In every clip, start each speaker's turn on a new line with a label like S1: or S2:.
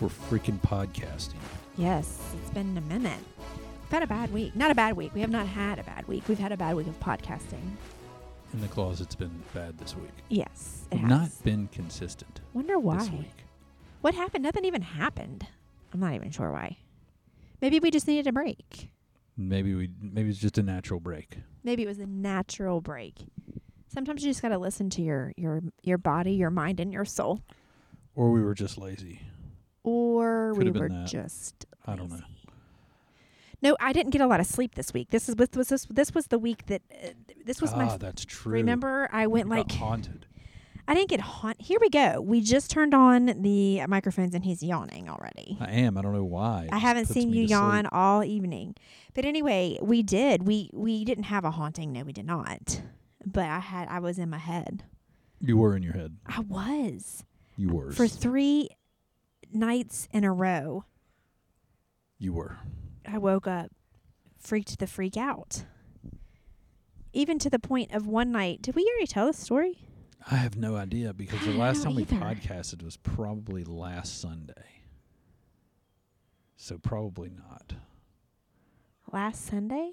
S1: We're freaking podcasting.
S2: Yes, it's been a minute. We've had a bad week. Not a bad week. We have not had a bad week. We've had a bad week of podcasting.
S1: In the closet's been bad this week.
S2: Yes, it
S1: We've
S2: has.
S1: not been consistent
S2: Wonder
S1: this
S2: why.
S1: week.
S2: What happened? Nothing even happened. I'm not even sure why. Maybe we just needed a break.
S1: Maybe we maybe it's just a natural break.
S2: Maybe it was a natural break. Sometimes you just got to listen to your your your body, your mind, and your soul.
S1: Or we were just lazy.
S2: Or
S1: Could
S2: we
S1: have been
S2: were
S1: that.
S2: just
S1: I don't know.
S2: lazy. No, I didn't get a lot of sleep this week. This is this was this, this was the week that uh, this was my
S1: ah,
S2: f-
S1: that's true.
S2: remember I
S1: You
S2: went
S1: got
S2: like
S1: haunted.
S2: I didn't get haunt. Here we go. We just turned on the microphones and he's yawning already.
S1: I am. I don't know why. It
S2: I
S1: just
S2: haven't
S1: puts
S2: seen
S1: me
S2: you
S1: to sleep.
S2: yawn all evening. But anyway, we did. We we didn't have a haunting. No, we did not. But I had I was in my head.
S1: You were in your head.
S2: I was
S1: You were.
S2: for 3 nights in a row.
S1: you were.
S2: I woke up freaked the freak out. Even to the point of one night, did we already tell this story?
S1: I have no idea because
S2: I
S1: the
S2: don't
S1: last
S2: know
S1: time
S2: either.
S1: we podcasted was probably last Sunday. So probably not.
S2: Last Sunday?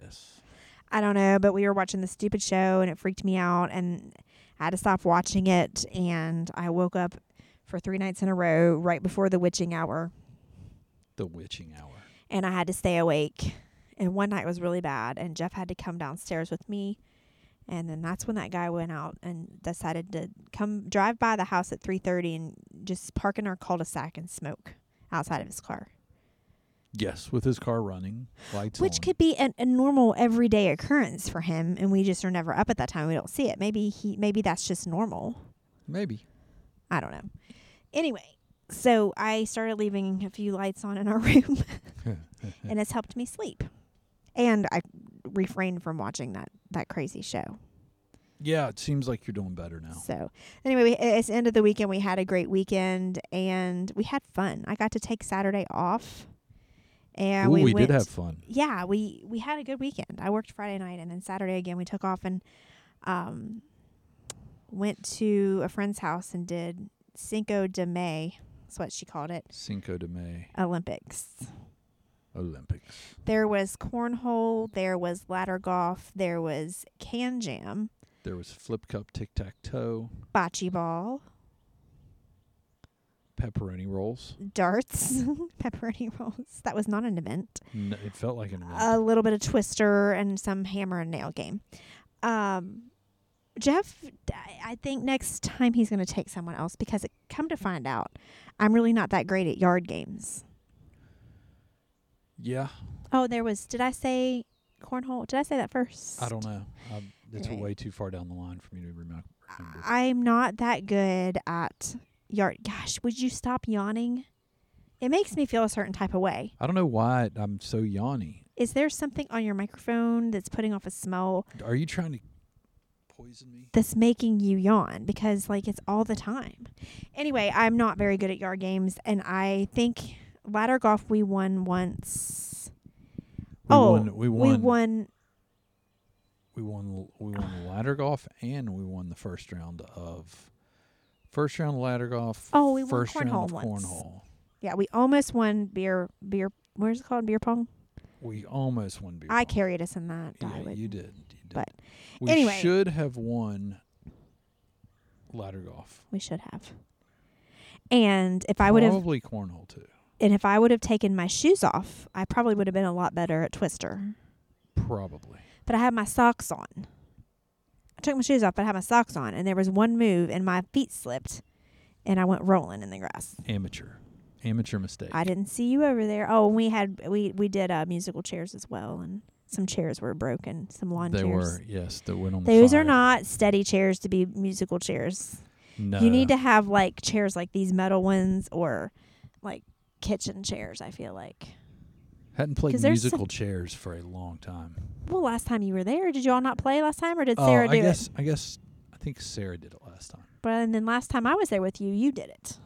S1: Yes.
S2: I don't know, but we were watching the stupid show and it freaked me out and I had to stop watching it and I woke up for three nights in a row right before the witching hour
S1: The witching hour.
S2: and I had to stay awake. And one night was really bad and Jeff had to come downstairs with me and then that's when that guy went out and decided to come drive by the house at 3:30 and just park in our cul-de-sac and smoke outside of his car.
S1: Yes, with his car running, lights
S2: Which
S1: on.
S2: could be an, a normal everyday occurrence for him, and we just are never up at that time. We don't see it. Maybe he, maybe that's just normal.
S1: maybe.
S2: I don't know. Anyway, so I started leaving a few lights on in our room, and it's helped me sleep. And I refrained from watching that that crazy show.
S1: Yeah, it seems like you're doing better now.
S2: So anyway, we, it's the end of the weekend. We had a great weekend, and we had fun. I got to take Saturday off, and
S1: Ooh,
S2: we,
S1: we,
S2: went
S1: did have fun.
S2: yeah, we we had a good weekend. I worked Friday night and then Saturday again we took off and um went to a friend's house and did Cinco de May, that's what she called it,
S1: Cinco de May
S2: Olympics.
S1: Olympics.
S2: There was cornhole, there was ladder golf, there was can jam,
S1: There was flip cup, tic tac toe,
S2: bocce ball,
S1: pepperoni rolls.
S2: darts, pepperoni rolls. That was not an event.
S1: N- it felt like
S2: Uh,
S1: an event.
S2: a little bit of twister and some hammer and nail game. Um, Jeff, I- I think next time he's going to take someone else because it, come to find out, I'm really not that great at yard games.
S1: yeah,
S2: Oh, there was. Did I say cornhole? Did I say that first?
S1: I don't know. I'm, it's
S2: Anyway.
S1: way too far down the line for me to remem- remember.
S2: I'm not that good at yard. Gosh, would you stop yawning? It makes me feel a certain type of way.
S1: I don't know why I'm so yawny.
S2: Is there something on your microphone that's putting off a smell
S1: Are you trying to poison me?
S2: that's making you yawn because like it's all the time. Anyway, I'm not very good at yard games and I think ladder golf we won once.
S1: We
S2: oh,
S1: won, we won.
S2: We won
S1: We won. l- We won ladder golf, and we won the first round of first round ladder golf.
S2: Oh, we won
S1: first
S2: cornhole
S1: round of
S2: once.
S1: cornhole.
S2: yeah, we almost won beer beer where's it called? Beer pong?
S1: We almost won beer.
S2: I
S1: pong.
S2: carried us in that. I
S1: Yeah,
S2: would-
S1: you did. You did.
S2: but
S1: we
S2: anyway.
S1: should have won ladder golf.
S2: We should have. And if I would have
S1: probably cornhole too.
S2: and if I would have taken my shoes off, I probably would have been a lot better at twister.
S1: Probably.
S2: but I had my socks on. I took my shoes off, but I had my socks on, and there was one move, and my feet slipped, and I went rolling in the grass.
S1: Amateur. Amateur mistake.
S2: I didn't see you over there. Oh, and we had we we did uh, musical chairs as well, and some chairs were broken, some lawn
S1: they
S2: chairs.
S1: were yes. That went on. the
S2: Those are
S1: fire.
S2: not steady chairs to be musical chairs.
S1: No.
S2: You need to have like chairs like these metal ones or like kitchen chairs. I feel like.
S1: Hadn't played
S2: 'Cause there's
S1: musical chairs for a long time.
S2: Well, last time you were there, did you all not play last time, or did
S1: Oh,
S2: Sarah do
S1: I guess
S2: it?
S1: I guess I think Sarah did it last time.
S2: But and then last time I was there with you, you did it.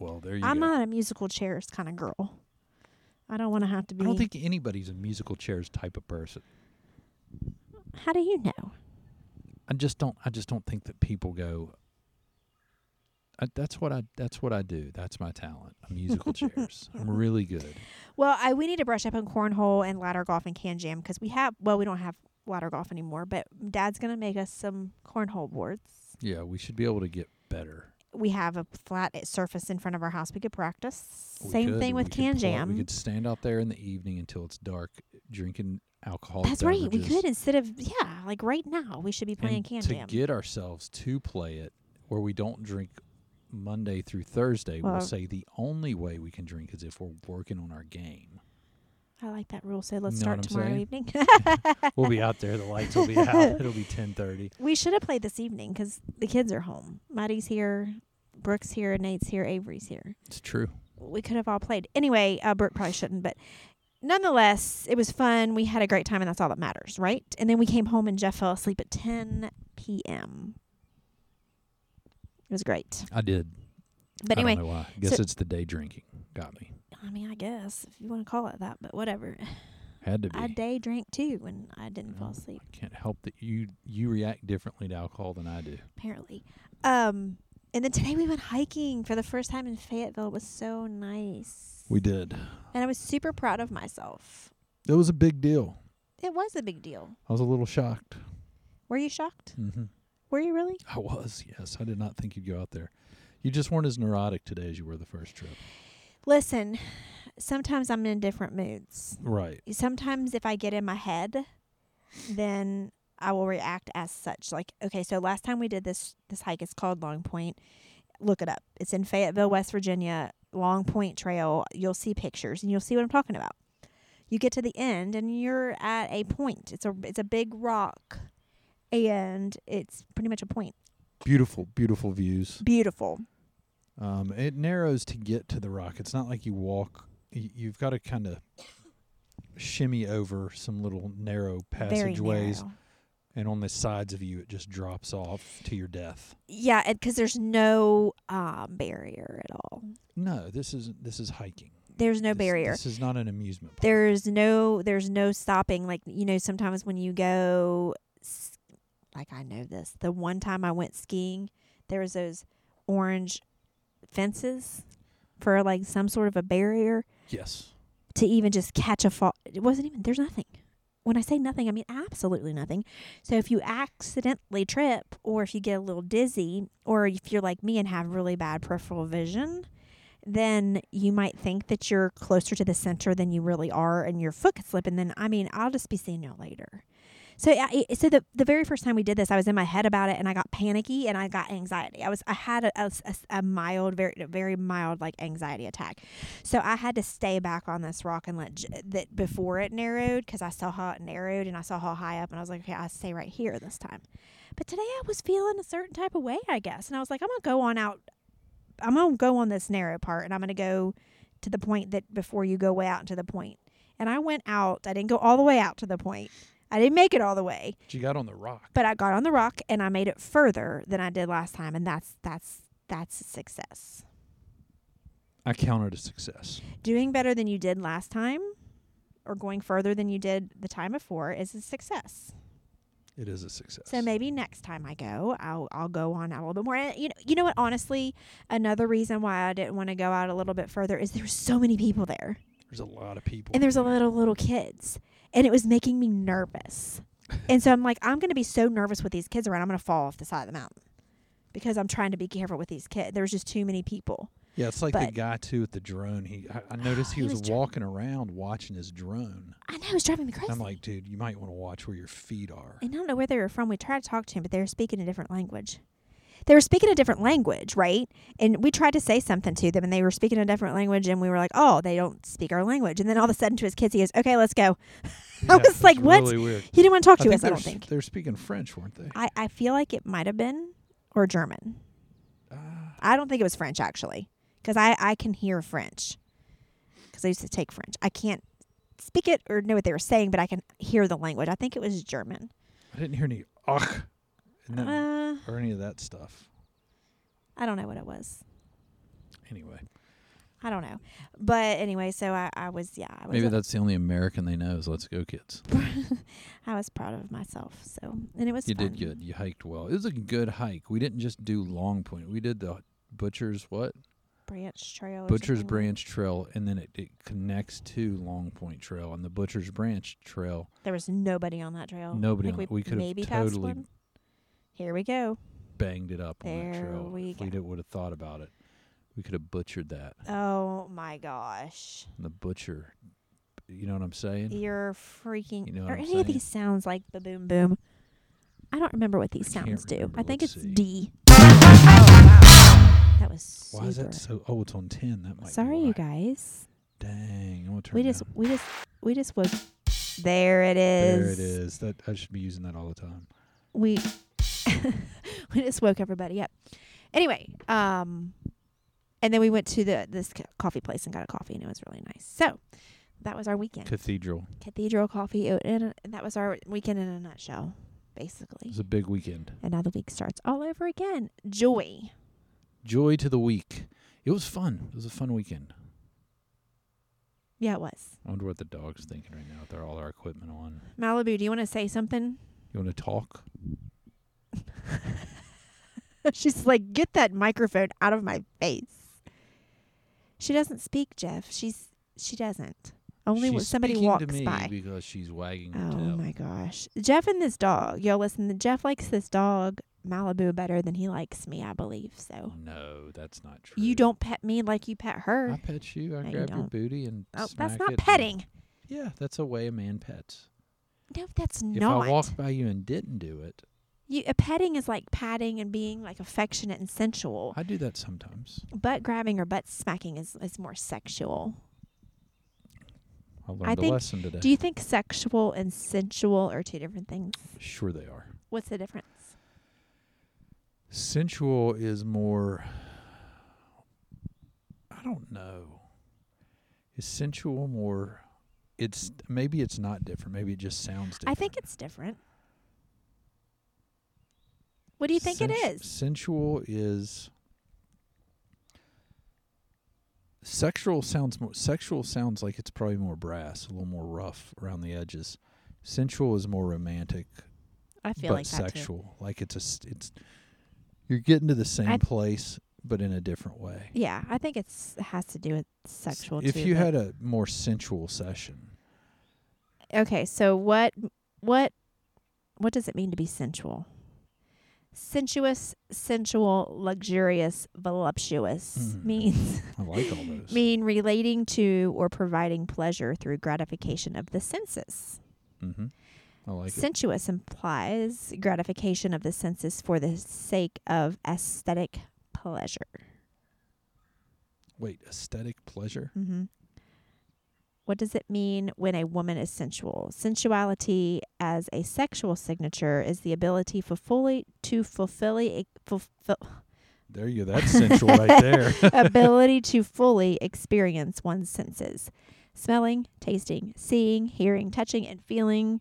S1: Well, there you
S2: I'm
S1: go.
S2: not a musical chairs kind of girl. I don't want to have to be.
S1: I don't think anybody's a musical chairs type of person.
S2: How do you know?
S1: I just don't. I just don't think that people go. I, that's what I that's what I do. That's my talent. I'm musical chairs. I'm really good.
S2: Well, I we need to brush up on cornhole and ladder golf and can jam because we have well we don't have ladder golf anymore, but Dad's gonna make us some cornhole boards.
S1: Yeah, we should be able to get better.
S2: We have a flat surface in front of our house we could practice.
S1: We
S2: Same
S1: could.
S2: thing with
S1: We could
S2: can
S1: pull-
S2: jam.
S1: We could stand out there in the evening until it's dark, drinking alcohol.
S2: That's right. We could instead of yeah, like right now we should be playing can
S1: to
S2: jam.
S1: get ourselves to play it, where we don't drink Monday through Thursday, we'll
S2: Well-
S1: say the only way we can drink is if we're working on our game.
S2: I like that rule. So let's
S1: Know
S2: start
S1: what I'm
S2: tomorrow
S1: saying?
S2: evening.
S1: We'll be out there. The lights will be out. It'll be ten thirty.
S2: we should have played this evening 'cause the kids are home. Maddie's here, Brooke's here, Nate's here, Avery's here.
S1: It's true.
S2: we could have all played. Anyway, uh, Brooke probably shouldn't, but nonetheless, it was fun. We had a great time, and that's all that matters, right? And then we came home, and Jeff fell asleep at 10 p.m. It was great.
S1: I did.
S2: But
S1: I
S2: anyway,
S1: don't know why. Guess it's the day drinking got me.
S2: I mean, I guess if you want to call it that, but whatever.
S1: Had to be.
S2: I day drank too, and I didn't fall
S1: Oh.
S2: asleep,
S1: Can't help that you you react differently to alcohol than I do.
S2: apparently. Um, and then today we went hiking for the first time in Fayetteville. It was so nice.
S1: We did.
S2: and I was super proud of myself.
S1: It was a big deal.
S2: It was a big deal.
S1: I was a little shocked.
S2: Were you shocked?
S1: Mm-hmm.
S2: Were you really?
S1: I was. Yes, I did not think you'd go out there. You just weren't as neurotic today as you were the first trip.
S2: Listen, sometimes I'm in different moods.
S1: Right.
S2: Sometimes if I get in my head, then I will react as such. Like, okay, so last time we did this this hike, it's called Long Point. Look it up. It's in Fayetteville, West Virginia, Long Point Trail. You'll see pictures and you'll see what I'm talking about. You get to the end and you're at a point. It's a it's a big rock and it's pretty much a point.
S1: Beautiful, beautiful views.
S2: Beautiful.
S1: Um, it narrows to get to the rock. It's not like you walk. y- You've got to kind of shimmy over some little narrow
S2: Very
S1: passageways,
S2: narrow.
S1: and on the sides of you, it just drops off to your death.
S2: Yeah, because there's no um, barrier at all.
S1: No, this isn't. This is hiking.
S2: There's no
S1: This-
S2: barrier.
S1: This is not an amusement park.
S2: There's no there's no stopping. Like you know, sometimes when you go, s- like I know this. The one time I went skiing, there was those orange fences for like some sort of a barrier
S1: Yes.
S2: to even just catch a fall. It wasn't even there's nothing. When I say nothing, I mean absolutely nothing. So if you accidentally trip or if you get a little dizzy or if you're like me and have really bad peripheral vision, then you might think that you're closer to the center than you really are and your foot could slip and then I mean, I'll just be seeing you later. So yeah, it- so the the very first time we did this, I was in my head about it and I got panicky and I got anxiety. I was I had a, a, a mild very very mild like anxiety attack. So I had to stay back on this rock and let J- that before it narrowed because I saw how it narrowed and I saw how high up and I was like, okay, I stay right here this time. But today I was feeling a certain type of way, I guess, and I was like, I'm gonna go on out. I'm gonna go on this narrow part and I'm gonna go to the point that before you go way out to the point. And I went out. I didn't go all the way out to the point. I didn't make it all the way,
S1: But you got on the rock.
S2: but I got on the rock and I made it further than I did last time, and that's that's that's a success.
S1: I counted a success.
S2: doing better than you did last time or going further than you did the time before is a success.
S1: It is a success.
S2: So maybe next time I go, I'll I'll go on out a little bit more. And you know, you know what? Honestly, another reason why I didn't want to go out a little bit further is there were so many people there,
S1: There's a lot of people.
S2: and there's a lot of little kids, and it was making me nervous. And so I'm like, I'm going to be so nervous with these kids around. I'm going to fall off the side of the mountain because I'm trying to be careful with these kids. There was just too many people.
S1: Yeah, it's like the
S2: But-
S1: guy too with the drone. He, I, I noticed he,
S2: He
S1: was,
S2: was dri-
S1: walking around watching his drone.
S2: I know it's driving me crazy.
S1: And I'm like, dude, you might want to watch where your feet are.
S2: And I don't know where they were from. We tried to talk to him, but they were speaking a different language. They were speaking a different language, right? And we tried to say something to them, and they were speaking a different language, and we were like, "Oh, they don't speak our language." And then all of a sudden, to his kids, he goes, "Okay, let's go."
S1: Yeah,
S2: was
S1: it's
S2: like, what?
S1: Really weird.
S2: He didn't want to talk to us.
S1: they're
S2: I don't
S1: s-
S2: think.
S1: they're speaking French, weren't they?
S2: I, I feel like it might have been or German. Uh,
S1: Ah,
S2: I don't think it was French actually, because I I can hear French, because I used to take French. I can't speak it or know what they were saying, but I can hear the language. I think it was German.
S1: I didn't hear any ach, and then,
S2: Uh,
S1: or any of that stuff.
S2: I don't know what it was.
S1: Anyway,
S2: I don't know. But anyway, so I, I was yeah, I was
S1: maybe that's the only American they know. Is Let's Go Kids.
S2: I was proud of myself. So and it was
S1: You
S2: fun.
S1: did good. You hiked well. It was a good hike. We didn't just do Long Point. We did the Butcher's what?
S2: Branch Trail. or
S1: Butcher's
S2: something like-
S1: Branch Trail, and then it, it connects to Long Point Trail. And the Butcher's Branch Trail,
S2: There was nobody on that trail.
S1: Nobody
S2: I think
S1: on it. We could've
S2: maybe passed
S1: totally-
S2: one. Here we go.
S1: banged it up on that
S2: There
S1: trail.
S2: we
S1: if we
S2: go.
S1: would have thought about it, we could have butchered that.
S2: Oh my gosh.
S1: And the butcher, you know what I'm saying?
S2: You're freaking.
S1: You know what
S2: are
S1: I'm
S2: any of
S1: saying?
S2: these sounds like the boom boom? I don't remember what these
S1: I can't
S2: sounds do.
S1: remember.
S2: I think
S1: Let's
S2: it's
S1: see.
S2: D. Oh, wow. That was super.
S1: Why is that so? Oh, it's on ten. That might. be
S2: Sorry, you
S1: why.
S2: guys.
S1: Dang, I'm gonna turn.
S2: We
S1: it
S2: just,
S1: down.
S2: we just, we just woke. There it is.
S1: There it is. That I should be using that all the time.
S2: We, we just woke everybody up. Anyway, um, and then we went to the this co- coffee place and got a coffee, and it was really nice. So, that was our weekend.
S1: Cathedral.
S2: Cathedral Coffee, o- and, and that was our weekend in a nutshell, basically.
S1: It was a big weekend.
S2: And now the week starts all over again. Joy.
S1: Joy to the week. It was fun. It was a fun weekend.
S2: Yeah, it was.
S1: I wonder what the dog's thinking right now with their, all our equipment on.
S2: Malibu, do you want to say something?
S1: You want to talk?
S2: She's like, get that microphone out of my face. She doesn't speak, Jeff. She's she doesn't. Only when
S1: She's
S2: somebody
S1: speaking
S2: walks
S1: to me
S2: by.
S1: because she's wagging her
S2: Oh
S1: tail.
S2: my gosh. Jeff and this dog. Yo, listen, Jeff likes this dog, Malibu, better than he likes me, I believe. So
S1: No, that's not true.
S2: you don't pet me like you pet
S1: I
S2: her.
S1: pet you. I
S2: No, you
S1: grab your
S2: don't.
S1: booty and
S2: Oh,
S1: smack
S2: that's
S1: it
S2: not
S1: and-
S2: petting.
S1: yeah, that's a way a man pets.
S2: No, that's
S1: If
S2: not.
S1: I walked by you and didn't do it,
S2: You, a petting is like patting and being like affectionate and sensual.
S1: I do that sometimes.
S2: Butt grabbing or butt smacking is, is more sexual.
S1: I learned a
S2: think-
S1: lesson today.
S2: Do you think sexual and sensual are two different things?
S1: sure, they are.
S2: What's the difference?
S1: Sensual is more. I don't know. Is sensual more? It's maybe it's not different. Maybe it just sounds
S2: I
S1: different.
S2: think it's different. What do you think it
S1: Sensu-
S2: is?
S1: Sensual is sexual sounds more sexual sounds like it's probably more brass, a little more rough around the edges. Sensual is more romantic,
S2: I
S1: but sexual. Like it's a s- it's you're getting to the same
S2: I-
S1: place but in a different way.
S2: Yeah, I think it's it has to do with sexual.
S1: If
S2: too,
S1: you
S2: but-
S1: had a more sensual session,
S2: okay, so what what what does it mean to be sensual? Sensuous, sensual, luxurious, voluptuous
S1: Mm.
S2: means
S1: I like all those.
S2: mean relating to or providing pleasure through gratification of the senses.
S1: mm-hmm. I like it.
S2: Sensuous implies gratification of the senses for the sake of aesthetic pleasure.
S1: Wait, aesthetic pleasure?
S2: Mm-hmm. What does it mean when a woman is sensual? Sensuality as a sexual signature is the ability for fully to fulfill a, fulfill,
S1: There you go. That's sensual right there.
S2: ability to fully experience one's senses. Smelling, tasting, seeing, hearing, touching, and feeling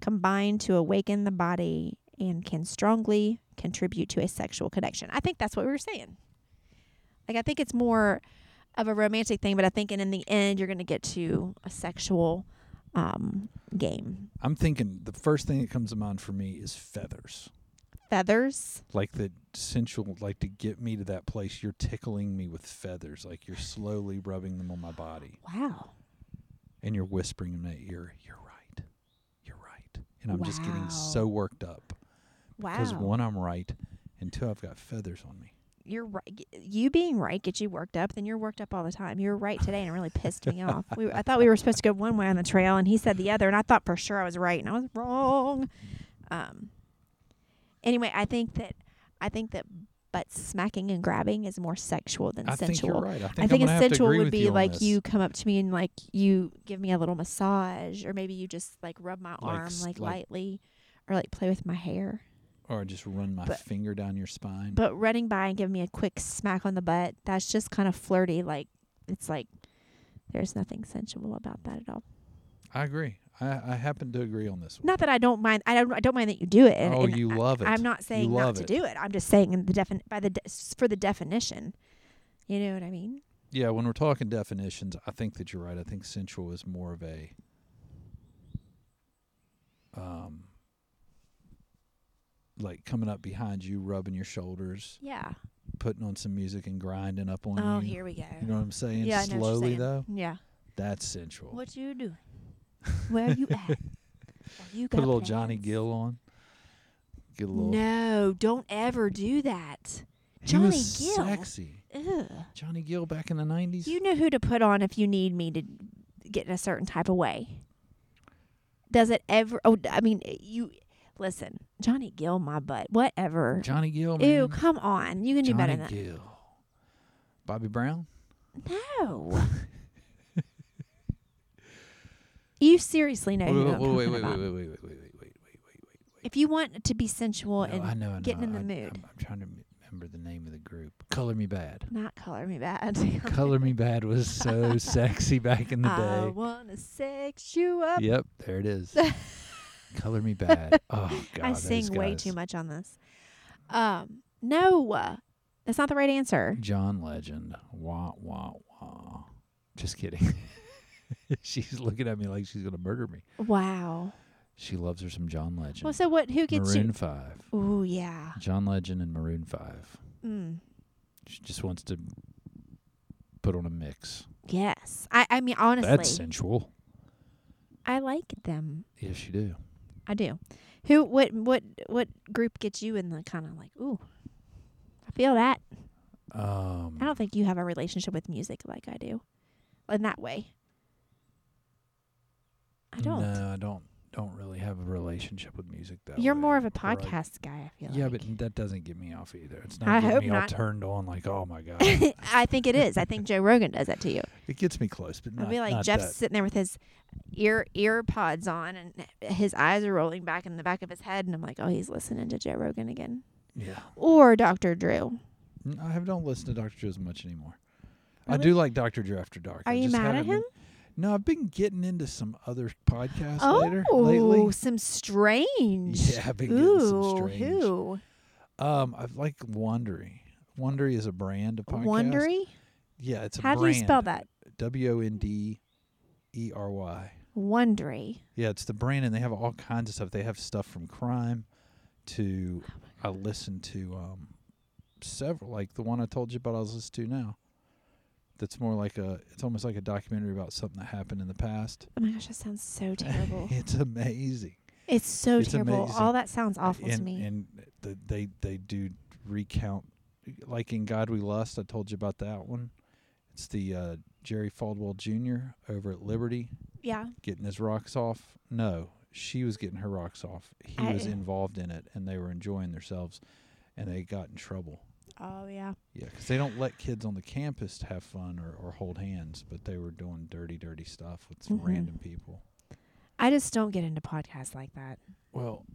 S2: combine to awaken the body and can strongly contribute to a sexual connection. I think that's what we were saying. Like, I think it's more of a romantic thing, but I think, and in the end, you're going to get to a sexual um, game.
S1: I'm thinking the first thing that comes to mind for me is feathers.
S2: Feathers.
S1: Like the sensual, like to get me to that place, you're tickling me with feathers. Like you're slowly rubbing them on my body
S2: Wow.
S1: and you're whispering in my ear, you're right. You're right. And I'm just
S2: Wow.
S1: getting so worked up
S2: Wow.
S1: because one, I'm right, and two, I've got feathers on me.
S2: you're right. You being right gets you worked up. Then you're worked up all the time. You were right today, and it really pissed me off. We, I thought we were supposed to go one way on the trail, and he said the other, and I thought for sure I was right, and I was wrong. Um. Anyway, I think that I think that butt smacking and grabbing is more sexual than
S1: I think you're
S2: sensual.
S1: right. I think,
S2: I think
S1: I'm gonna
S2: a
S1: have to
S2: sensual
S1: agree
S2: would
S1: with
S2: be
S1: you on
S2: like
S1: this.
S2: you come up to me and like you give me a little massage, or maybe you just like rub my arm
S1: s-
S2: like,
S1: like-
S2: lightly, or like play with my hair.
S1: or just run my
S2: but-
S1: finger down your spine.
S2: But running by and giving me a quick smack on the butt, that's just kind of flirty. Like, it's like there's nothing sensual about that at all.
S1: I agree. I, I happen to agree on this one.
S2: Not that I don't mind. I don't. I don't mind that you do it. And,
S1: oh,
S2: and
S1: you
S2: I,
S1: love it.
S2: I'm not saying
S1: love
S2: not to
S1: it.
S2: do it. I'm just saying in the defin- by the de- s- for the definition. You know what I mean?
S1: Yeah, when we're talking definitions, I think that you're right. I think sensual is more of a um like coming up behind you, rubbing your shoulders,
S2: Yeah.
S1: putting on some music and grinding up on
S2: Oh,
S1: you.
S2: here we go.
S1: You know what I'm saying?
S2: Yeah, I know what you're
S1: Slowly
S2: saying.
S1: though,
S3: Yeah.
S1: that's sensual.
S2: What you doing? Where you at? Well, you
S1: Put a
S2: got
S1: little Johnny
S2: plans?
S1: Gill on. Get a little.
S2: No, don't ever do that.
S1: He
S2: Johnny
S1: was
S2: Gill.
S1: Sexy.
S2: Ugh.
S1: Johnny Gill back in the '90s.
S2: You know who to put on if you need me to get in a certain type of way. Does it ever? Oh, I mean, you listen, Johnny Gill, my butt, whatever.
S1: Johnny Gill. Man.
S2: Ew, come on, you can do better
S1: Johnny
S2: than that.
S1: Gill. Bobby Brown.
S2: No. you seriously know
S1: Wait,
S2: who
S1: wait,
S2: I'm
S1: wait, wait,
S2: talking
S1: wait,
S2: about.
S1: wait, wait, wait, wait, wait, wait, wait, wait, wait.
S2: If you want to be sensual
S1: No,
S2: and
S1: I know, I know.
S2: getting in the
S1: I,
S2: mood.
S1: I'm, I'm trying to remember the name of the group. Color Me Bad.
S2: not color me bad, Uh,
S1: Color Me Bad was so sexy back in the
S2: I
S1: day.
S2: wanna sex you up.
S1: Yep, there it is. Color Me Bad. Oh God,
S2: I
S1: those
S2: sing way
S1: guys.
S2: too much on this. Um, no, that's not the right answer.
S1: John Legend. Wah wah wah. Just kidding. she's looking at me like she's gonna murder me.
S2: Wow.
S1: She loves her some John Legend.
S2: Well, so what? Who gets
S1: Maroon Five.
S2: you? Oh yeah.
S1: John Legend and Maroon Five.
S2: Mm.
S1: She just wants to put on a mix.
S2: Yes. I. I mean, honestly,
S1: That's sensual.
S2: I like them.
S1: Yes, you do.
S2: I do. Who? What? What? What group gets you in the kind of like? Ooh, I feel that.
S1: Um,
S2: I don't think you have a relationship with music like I do, in that way. I don't.
S1: No, I don't. Don't really have a relationship with music that
S2: You're
S1: way,
S2: more of a
S1: where I-
S2: podcast guy. I feel
S1: Yeah,
S2: like.
S1: but that doesn't get me off either. It's
S2: I
S1: not getting
S2: hope
S1: me all
S2: not.
S1: turned on like, oh my god.
S2: I think it is. I think Joe Rogan does that to you.
S1: it gets me close, but
S2: I'll
S1: not,
S2: be like
S1: not
S2: Jeff's
S1: that.
S2: sitting there with his ear ear pods on, and his eyes are rolling back in the back of his head, and I'm like, oh, he's listening to Joe Rogan again,
S1: Yeah,
S2: or Dr. Drew.
S1: N- I have don't listen to Dr. Drew as much anymore. I
S2: Really?
S1: do like Dr. Drew After Dark.
S2: Are
S1: I
S2: you
S1: just
S2: mad at
S1: haven't been-
S2: him?
S1: no, I've been getting into some other podcasts later
S2: oh,
S1: lately.
S2: some strange.
S1: Yeah, I've been
S2: Ooh,
S1: getting some strange.
S2: who?
S1: Um, I like Wondery. Wondery is a brand of podcast.
S2: Wondery.
S1: Yeah, it's a
S2: How
S1: brand.
S2: do you spell that?
S1: W O N D E R Y.
S2: Wondery.
S1: Yeah, it's the brand, and they have all kinds of stuff. They have stuff from crime to
S2: Oh
S1: I listened to um, several, like the one I told you about. I was listening to now. That's more like a. It's almost like a documentary about something that happened in the past.
S2: Oh my gosh, that sounds so terrible.
S1: it's amazing.
S2: it's so
S1: It's
S2: terrible.
S1: amazing.
S2: All that sounds awful
S1: and,
S2: to me.
S1: And the, they they do recount, like in God We Lust. I told you about that one. It's the uh, Jerry Faldwell Jr. over at Liberty
S2: yeah.
S1: getting his rocks off. No, she was getting her rocks off. He
S2: I-
S1: was involved in it, and they were enjoying themselves, and they got in trouble.
S2: Oh yeah.
S1: Yeah, 'cause they don't let kids on the campus have fun or, or hold hands, but they were doing dirty, dirty stuff with some
S2: Mhm.
S1: random people.
S2: I just don't get into podcasts like that.
S1: Well,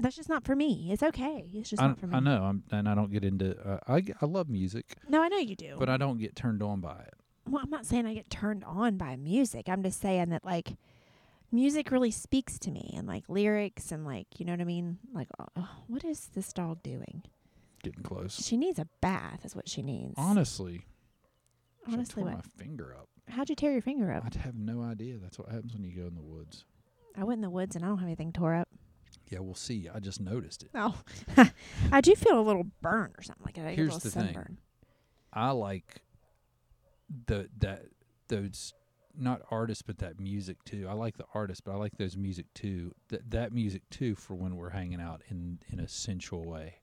S2: That's just not for me. It's okay. It's just
S1: I,
S2: not for me.
S1: I know, I'm, and I don't get into. Uh, I g- I love music,
S2: No, I know you do.
S1: but I don't get turned on by it.
S2: well, I'm not saying I get turned on by music. I'm just saying that like music really speaks to me and like lyrics and like you know what I mean? Like oh, oh, what is this dog doing?
S1: Getting close.
S2: She needs a bath is what she needs.
S1: Honestly, I should've
S2: Honestly,
S1: tore
S2: what? Oh.
S1: my finger up.
S2: How'd you tear your finger up?
S1: I'd have no idea. That's what happens when you go in the woods.
S2: I went in the woods and I don't have anything tore up.
S1: Yeah, we'll see. I just noticed it.
S2: Oh. I do feel a little burn or something like that. I get
S1: Here's
S2: a little
S1: the thing.
S2: sunburn.
S1: I like the that those not artists but that music too. I like the artist, but I like those music too. That that music too for when we're hanging out in in a sensual way.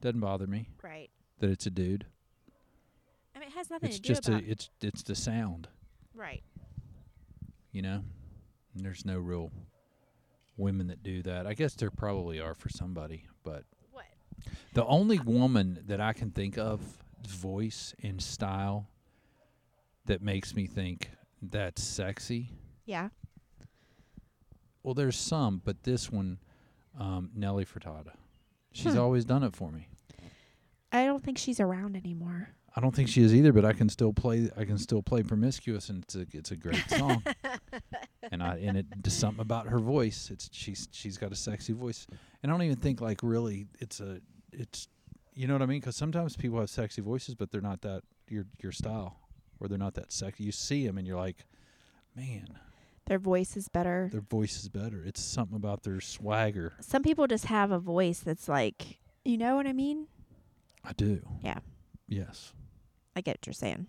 S1: Doesn't bother me
S2: Right.
S1: that it's a dude.
S2: I mean it has nothing
S1: it's
S2: to do
S1: just a
S2: about
S1: it's it's the sound,
S2: right.
S1: you know. And there's no real women that do that. I guess there probably are for somebody, but
S2: What?
S1: The only woman that I can think of, voice and style, that makes me think that's sexy.
S2: Yeah.
S1: Well, there's some, but this one, um, Nelly Furtado, she's
S2: Hmm.
S1: always done it for me.
S2: I don't think she's around anymore.
S1: I don't think she is either, but I can still play. I can still play "Promiscuous," and it's a it's a great song. and I and it does something about her voice. It's she's she's got a sexy voice, and I don't even think like really it's a it's you know what I mean? Because sometimes people have sexy voices, but they're not that your your style, or they're not that sexy. You see them, and you're like, man,
S2: Their voice is better.
S1: their voice is better. It's something about their swagger.
S2: some people just have a voice that's like, you know what I mean?
S1: I do.
S2: Yeah.
S1: Yes.
S2: I get what you're saying.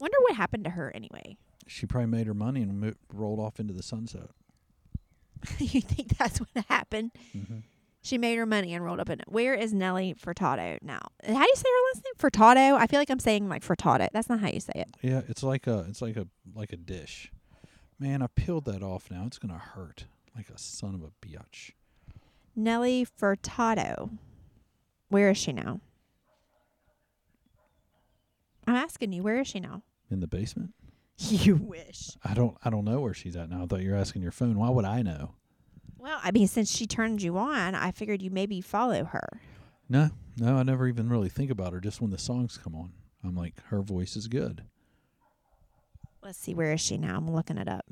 S2: Wonder what happened to her anyway.
S1: She probably made her money and mo- rolled off into the sunset.
S2: you think that's what happened?
S1: Mm-hmm.
S2: She made her money and rolled up in it. Where is Nelly Furtado now? How do you say her last name? Furtado? I feel like I'm saying like Furtado. That's not how you say it.
S1: Yeah, it's like a it's like a like a dish. Man, I peeled that off now. It's gonna hurt like a son of a biatch.
S2: Nelly Furtado. Where is she now? I'm asking you, where is she now?
S1: In the basement?
S2: You wish.
S1: I don't I don't know where she's at now. I thought you were asking your phone. Why would I know?
S2: Well, I mean, since she turned you on, I figured you maybe follow her.
S1: No, no, I never even really think about her. Just when the songs come on, I'm like, her voice is good.
S2: Let's see, where is she now? I'm looking it up.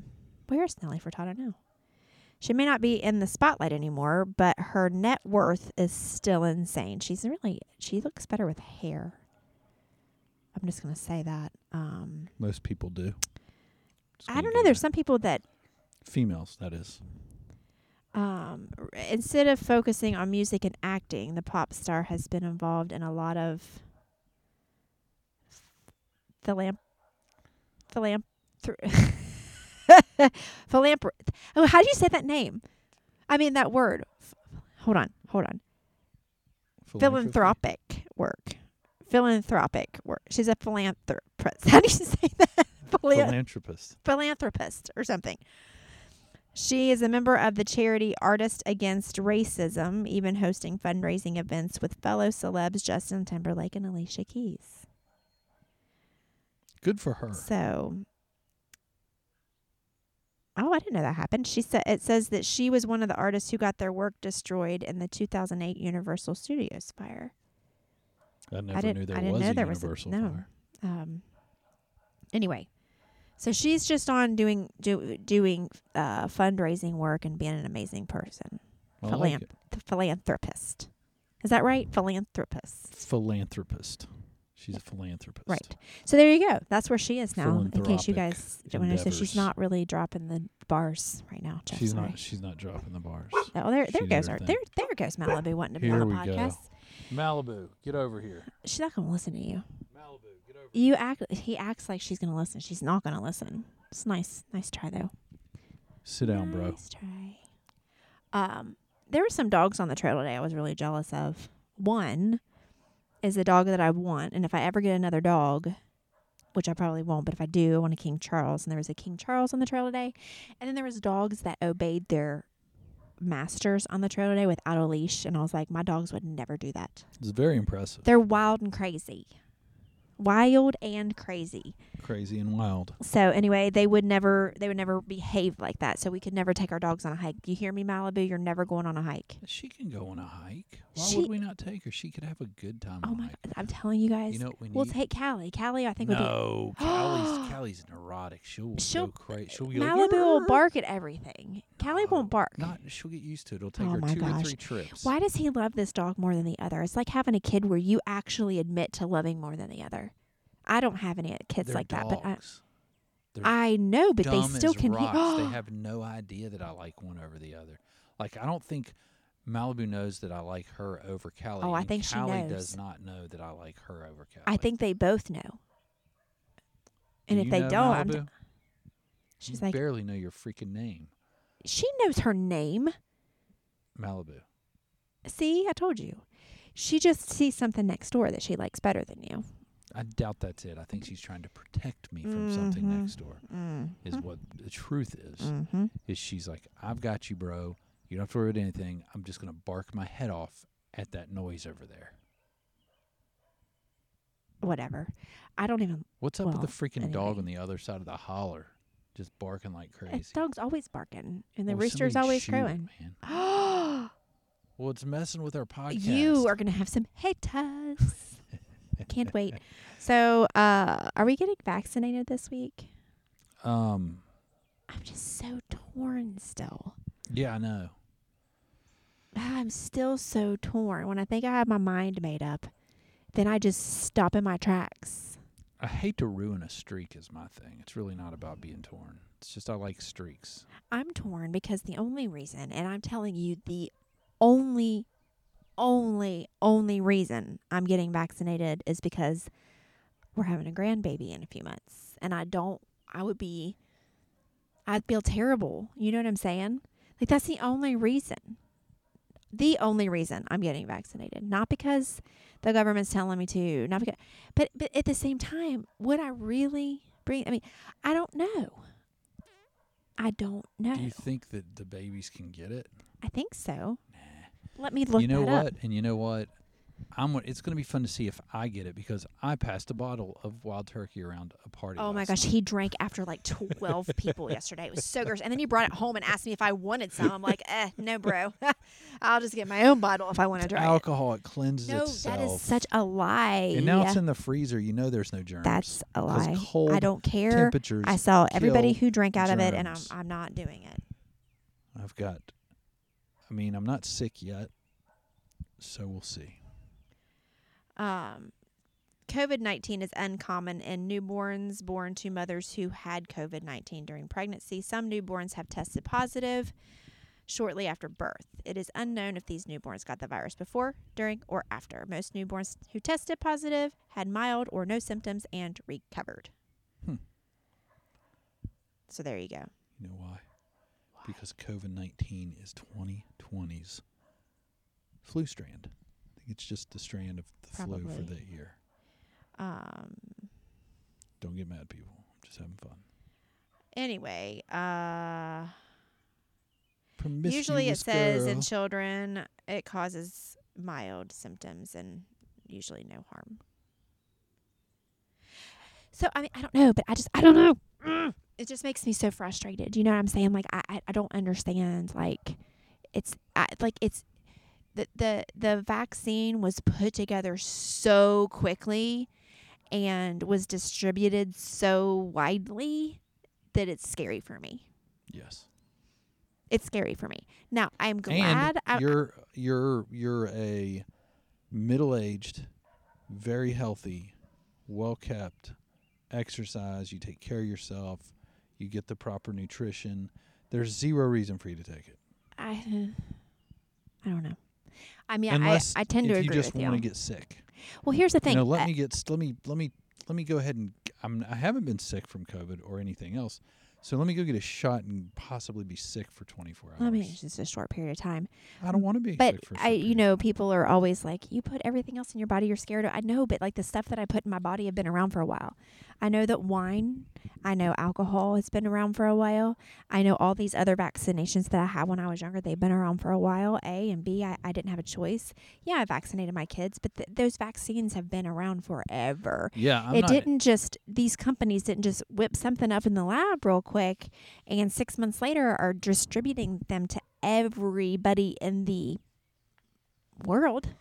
S2: Where is Nelly Furtado now? She may not be in the spotlight anymore, but her net worth is still insane. She's really, she looks better with hair. I'm just going to say that. Um,
S1: Most people do. Just
S2: I
S1: gonna
S2: don't
S1: go
S2: know. There's
S1: there.
S2: some people that
S1: females. That is.
S2: um, r- instead of focusing on music and acting, the pop star has been involved in a lot of philam- philam- thr- philanthrop. Oh, how do you say that name? I mean that word. F- hold on, hold on.
S1: Philanthropy.
S2: Philanthropic work. Philanthropic work. She's a philanthropist. How do you say that? Philan-
S1: Philanthropist.
S2: philanthropist or something. She is a member of the charity Artist Against Racism, even hosting fundraising events with fellow celebs Justin Timberlake and Alicia Keys.
S1: Good for her.
S2: So, oh, I didn't know that happened. She said it says that she was one of the artists who got their work destroyed in the 2008 Universal Studios fire.
S1: I never
S2: didn't-
S1: knew there
S2: I didn't
S1: was
S2: know
S1: a
S2: there was a-
S1: universal
S2: no.
S1: fire.
S2: Um, anyway, so she's just on doing do, doing uh, fundraising work and being an amazing person.
S1: I like
S2: Philanthrop-
S1: it.
S2: the philanthropist. Is that right? Philanthropist.
S1: Philanthropist. She's a philanthropist.
S2: Right. So there you go. That's where she is now. In case you
S1: Philanthropic
S2: guys don't understand, she's
S1: endeavors.
S2: not really dropping the bars right now. Jeff,
S1: she's
S2: sorry.
S1: not. She's not dropping the bars.
S2: Oh, there,
S1: she
S2: there
S1: did
S2: goes
S1: her
S2: our,
S1: thing.
S2: there, there goes Malibu wanting to be
S1: Here
S2: on a
S1: we go.
S2: podcast.
S1: Malibu, get over here.
S2: She's not going to listen to you.
S1: Malibu, get over.
S2: You act. He acts like she's going to listen. She's not going to listen. It's nice, nice try though.
S1: Sit down, bro.
S2: Nice try. Um, there were some dogs on the trail today I was really jealous of. One is a dog that I want, and if I ever get another dog, which I probably won't, but if I do, I want a King Charles. And there was a King Charles on the trail today, and then there was dogs that obeyed their masters on the trail today without a leash, and I was like, my dogs would never do that.
S1: It's very impressive.
S2: They're wild and crazy, wild and crazy.
S1: Crazy and wild.
S2: So anyway, they would never they would never behave like that. So we could never take our dogs on a hike. You hear me, Malibu? You're never going on a hike.
S1: She can go on a hike. Why
S2: She-
S1: would we not take her? She could have a good time.
S2: Oh
S1: on a
S2: my
S1: hike.
S2: god, I'm telling you guys.
S1: You know what we need?
S2: we'll take Callie. Callie, I think would
S1: no, Callie's Callie's neurotic. She'll,
S2: She'll-
S1: go crazy. She'll
S2: be
S1: be
S2: Malibu
S1: like,
S2: will
S1: "Arr."
S2: bark at everything. Callie
S1: No,
S2: won't bark.
S1: Not she'll get used to it. It'll take
S2: Oh
S1: her
S2: my
S1: two or
S2: gosh.
S1: three trips.
S2: Why does he love this dog more than the other? It's like having a kid where you actually admit to loving more than the other. I don't have any kids
S1: They're
S2: like that,
S1: dogs.
S2: but uh,
S1: They're
S2: I, I know, but they
S1: dumb
S2: still
S1: as
S2: can.
S1: rocks.
S2: Oh,
S1: they have no idea that I like one over the other. Like I don't think Malibu knows that I like her over Callie.
S2: Oh, I
S1: and
S2: think she
S1: Callie
S2: knows.
S1: does not know that I like her over Callie.
S2: I think they both know.
S1: Do
S2: And if
S1: you
S2: they
S1: know
S2: don't, I'm
S1: Malibu?
S2: t-
S1: You
S2: she's like,
S1: barely know your freaking name,
S2: she knows her name.
S1: Malibu.
S2: See, I told you. She just sees something next door that she likes better than you.
S1: I doubt that's it. I think she's trying to protect me from something
S2: Mhm.
S1: next door. Is what the truth is.
S2: Mm-hmm.
S1: Is she's like, I've got you, bro. You don't have to worry about anything. I'm just gonna bark my head off at that noise over there.
S2: Whatever. I don't even.
S1: What's up
S2: Well,
S1: with the freaking dog
S2: anyway.
S1: on the other side of the holler, just barking like
S2: uh,
S1: crazy?
S2: dog's always barking, and the
S1: Well,
S2: rooster's
S1: somebody
S2: always
S1: shoot it,
S2: crowing.
S1: man.
S2: Oh,
S1: Well, it's messing with our podcast.
S2: you are gonna have some haters. Can't wait. So, uh, are we getting vaccinated this week?
S1: Um.
S2: I'm just so torn still.
S1: Yeah, I know.
S2: Ah, I'm still so torn. When I think I have my mind made up, then I just stop in my tracks.
S1: I hate to ruin a streak. Is my thing. It's really not about being torn. It's just I like streaks.
S2: I'm torn because the only reason, and I'm telling you, the only only only reason I'm getting vaccinated is because we're having a grandbaby in a few months and I don't I would be I'd feel terrible. You know what I'm saying? Like that's the only reason. The only reason I'm getting vaccinated, not because the government's telling me to, not because but but at the same time, would I really bring I mean, I don't know. I don't know.
S1: Do you think that the babies can get it?
S2: I think so. Let me look
S1: you know
S2: that
S1: what?
S2: up.
S1: And you know what? I'm. wa- It's going to be fun to see if I get it because I passed a bottle of wild turkey around a party.
S2: Oh my
S1: last
S2: gosh, he drank after like 12 people yesterday. It was so gross. And then he brought it home and asked me if I wanted some. I'm like, eh, no, bro. I'll just get my own bottle if I want to
S1: night.
S2: drink it.
S1: alcohol. It cleanses
S2: No,
S1: itself.
S2: that is such a lie.
S1: and now it's in the freezer. You know there's no germs.
S2: That's a
S1: 'cause
S2: lie.
S1: Cold
S2: I don't care.
S1: temperatures.
S2: I saw everybody
S1: kill
S2: who drank out of it, and I'm,
S1: germs.
S2: I'm not doing it.
S1: I've got. I mean, I'm not sick yet, so we'll see.
S2: Um, COVID 19 is uncommon in newborns born to mothers who had COVID 19 during pregnancy. Some newborns have tested positive shortly after birth. It is unknown if these newborns got the virus before, during, or after. Most newborns who tested positive had mild or no symptoms and recovered.
S1: Hmm.
S2: So there you go.
S1: You know why? Because COVID 19 is 2020's flu strand. I think it's just the strand of the flu for
S2: Probably.
S1: that year.
S2: Um,
S1: Don't get mad, people. I'm just having fun.
S2: anyway, uh,
S1: Promiscuous
S2: usually it says
S1: girl.
S2: in children it causes mild symptoms and usually no harm so i mean i don't know but i just i don't know Mm. it just makes me so frustrated you know what i'm saying like i i, I don't understand like it's I, like it's the, the the vaccine was put together so quickly and was distributed so widely that it's scary for me
S1: yes.
S2: it's scary for me. Now I'm glad
S1: And
S2: I,
S1: you're you're you're a middle-aged, very healthy, well-kept, exercise, you take care of yourself, you get the proper nutrition. There's zero reason for you to take it.
S2: I, I don't know. I mean, I,
S1: Unless
S2: I tend to
S1: if
S2: agree
S1: you just
S2: with
S1: want
S2: you.
S1: to get sick.
S2: well, here's the
S1: You
S2: thing.
S1: know, let
S2: Uh,
S1: me get s- let me let me let me go ahead and g- I'm I haven't been sick from COVID or anything else, so let me go get a shot and possibly be sick for 24 hours.
S2: I mean, it's just a short period of time.
S1: I don't want to be
S2: But
S1: sick for. a
S2: I,
S1: short
S2: you
S1: period.
S2: know, people are always like, "You put everything else in your body, you're scared." of I know, but like the stuff that I put in my body have been around for a while. I know that wine, I know alcohol has been around for a while. I know all these other vaccinations that I had when I was younger; they've been around for a while. A and B, I, I didn't have a choice. Yeah, I vaccinated my kids, but th- those vaccines have been around forever.
S1: Yeah, I'm
S2: it
S1: not, e
S2: didn't just these companies didn't just whip something up in the lab real quick and six months later are distributing them to everybody in the world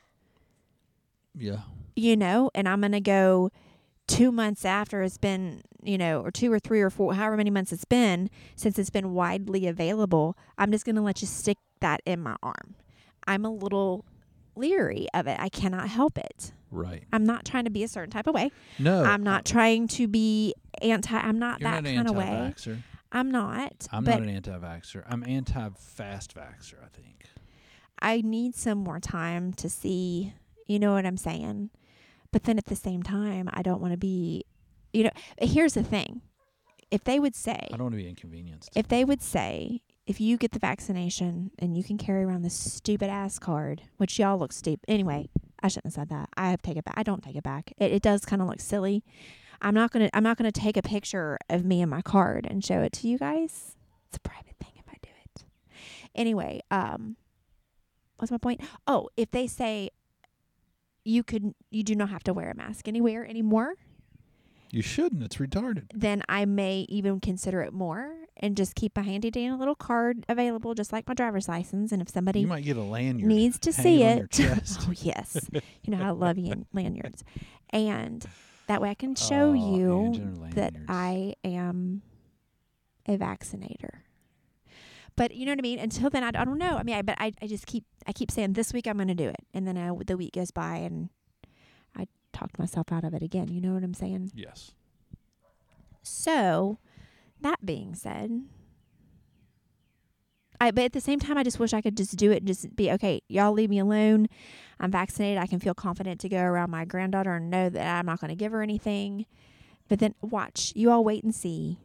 S1: Yeah,
S2: you know and i'm gonna go two months after it's been you know or two or three or four however many months it's been since it's been widely available i'm just gonna let you stick that in my arm i'm a little leery of it i cannot help it
S1: right.
S2: i'm not trying to be a certain type of way
S1: No,
S2: I'm not trying to be anti. I'm not
S1: Oh, You're
S2: that
S1: not
S2: kind of way.
S1: anti-vaxer.
S2: I'm not.
S1: I'm
S2: but
S1: not an anti-vaxer. I'm anti-fast vaxer. I think.
S2: I need some more time to see. You know what I'm saying? But then at the same time, I don't want to be. You know, here's the thing: if they would say,
S1: I don't want to be inconvenienced.
S2: if they would say, if you get the vaccination and you can carry around this stupid ass card, which y'all look stupid anyway. I shouldn't have said that. I take it back. I don't take it back. It, it does kind of look silly. I'm not gonna. I'm not gonna take a picture of me and my card and show it to you guys. It's a private thing if I do it. Anyway, um, what's my point? Oh, if they say you could, you do not have to wear a mask anywhere anymore,
S1: you shouldn't. It's retarded.
S2: then I may even consider it more and just keep a handy dandy little card available, just like my driver's license. And if somebody
S1: You might get a lanyard.
S2: needs to
S1: hanging
S2: see
S1: on your
S2: it,
S1: chest.
S2: oh yes, you know I love yan- lanyards, and that way I can show
S1: Oh,
S2: you
S1: Angela
S2: that
S1: lanyards.
S2: I am a vaccinator. But you know what I mean. Until then, I, I don't know. I mean, I, but I, I just keep I keep saying this week I'm going to do it, and then I, the week goes by and I talked myself out of it again. You know what I'm saying?
S1: Yes.
S2: So, that being said, I but at the same time I just wish I could just do it and just be okay, y'all leave me alone. I'm vaccinated. I can feel confident to go around my granddaughter and know that I'm not going to give her anything. But then watch, you all wait and see.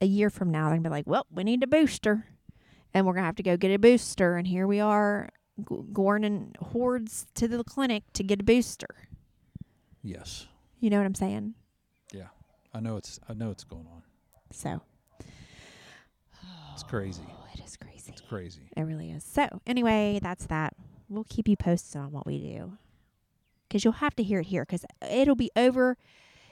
S2: A year from now, they're going to be like, well, we need a booster. And we're going to have to go get a booster. And here we are g- going in hordes to the clinic to get a booster.
S1: Yes,
S2: You know what I'm saying?
S1: I know it's I know it's going on.
S2: So
S1: It's crazy.
S2: Oh, it is crazy.
S1: It's crazy.
S2: It really is. So, anyway, that's that. We'll keep you posted on what we do. Because you'll have to hear it here because it'll be over.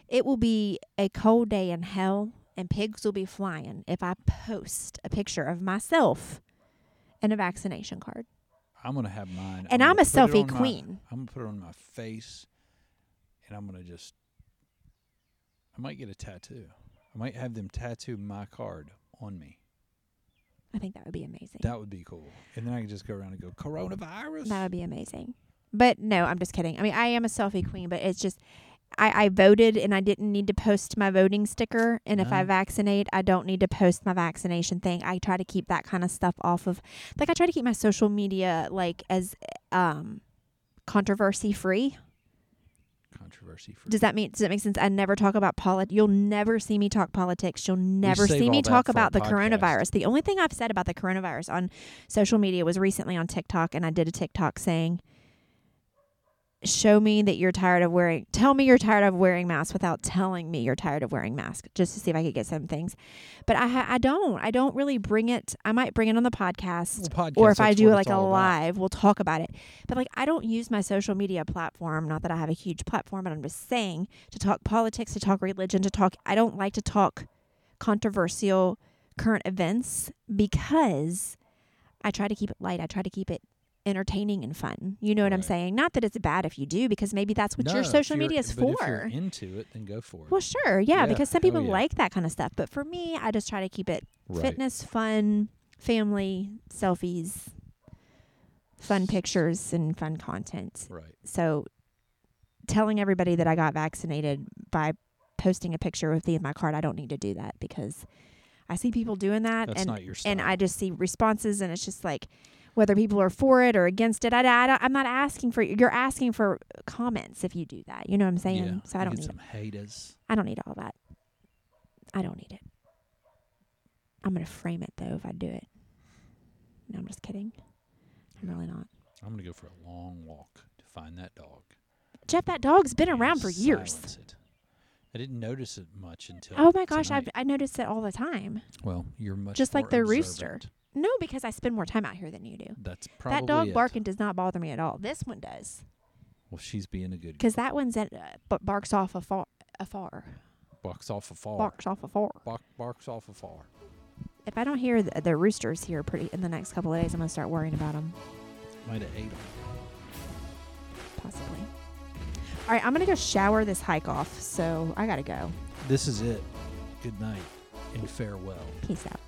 S2: It will be a cold day in hell and pigs will be flying if I post a picture of myself and a vaccination card.
S1: I'm gonna have mine.
S2: And
S1: gonna
S2: I'm a
S1: put it
S2: selfie
S1: on my-
S2: queen.
S1: I'm gonna put it on my face, and I'm gonna just. I might get a tattoo. I might have them tattoo my card on me.
S2: I think that would be amazing.
S1: That would be cool. And then I can just go around and go coronavirus.
S2: That would be amazing. But no, I'm just kidding. I mean, I am a selfie queen, but it's just I, I voted and I didn't need to post my voting sticker. And if I
S1: No.
S2: vaccinate, I don't need to post my vaccination thing. I try to keep that kind of stuff off of, like, I try to keep my social media like as um, controversy free.
S1: Controversy free.
S2: Does that mean does that make sense? I never talk about polit. You'll never see me talk politics. You'll never
S1: save
S2: see me
S1: all that
S2: talk
S1: for a
S2: about the
S1: podcast.
S2: coronavirus. The only thing I've said about the coronavirus on social media was recently on TikTok, and I did a TikTok saying, "Show me that you're tired of wearing. Tell me you're tired of wearing masks without telling me you're tired of wearing masks." Just to see if I could get some things, but I ha- I don't. I don't really bring it. I might bring it on the podcast
S1: Well, podcast,
S2: or if I
S1: that's
S2: do
S1: what
S2: like
S1: it's
S2: a
S1: all about.
S2: live, we'll talk about it. But like, I don't use my social media platform. Not that I have a huge platform, but I'm just saying to talk politics, to talk religion, to talk. I don't like to talk controversial current events because I try to keep it light. I try to keep it entertaining and fun. You know what I'm
S1: Right.
S2: saying? Not that it's bad if you do, because maybe that's what
S1: No,
S2: your
S1: if
S2: social
S1: you're-
S2: media is
S1: but
S2: for.
S1: If you're into it, then go for it.
S2: well, sure, yeah,
S1: Yeah,
S2: because some
S1: hell
S2: people
S1: yeah.
S2: like that kind of stuff. But for me, I just try to keep it
S1: right.
S2: fitness, fun, family, selfies, fun pictures, and fun content.
S1: Right.
S2: So, telling everybody that I got vaccinated by posting a picture with the my card, I don't need to do that because I see people doing that,
S1: That's
S2: and
S1: not your style.
S2: and I just see responses, and it's just like whether people are for it or against it. I, I, I'm not asking for you're asking for comments if you do that. You know what I'm saying?
S1: Yeah,
S2: so I
S1: you
S2: don't
S1: get
S2: need
S1: some haters.
S2: I don't need all that. I don't need it. I'm gonna frame it though if I do it. No, I'm just kidding. I'm really not.
S1: I'm gonna go for a long walk to find that dog.
S2: Jeff, that dog's been
S1: and
S2: around for years.
S1: silence it. I didn't notice it much until.
S2: Oh my gosh, I've,
S1: tonight.
S2: I notice it all the time.
S1: Well, you're much
S2: Just like
S1: more
S2: their rooster.
S1: observant.
S2: No, because I spend more time out here than you do.
S1: That's probably
S2: that dog
S1: it.
S2: barking does not bother me at all. This one does,
S1: Well, she's being a good.
S2: because that one's at, uh, b- barks off afar, afar,
S1: Barks off a far.
S2: barks off afar.
S1: Bark, barks off a far.
S2: If I don't hear the, the roosters here pretty in the next couple of days, I'm gonna start worrying about them.
S1: Might have ate him.
S2: possibly. All right, I'm gonna go shower this hike off, so I gotta go.
S1: This is it. Good night and farewell.
S2: Peace out.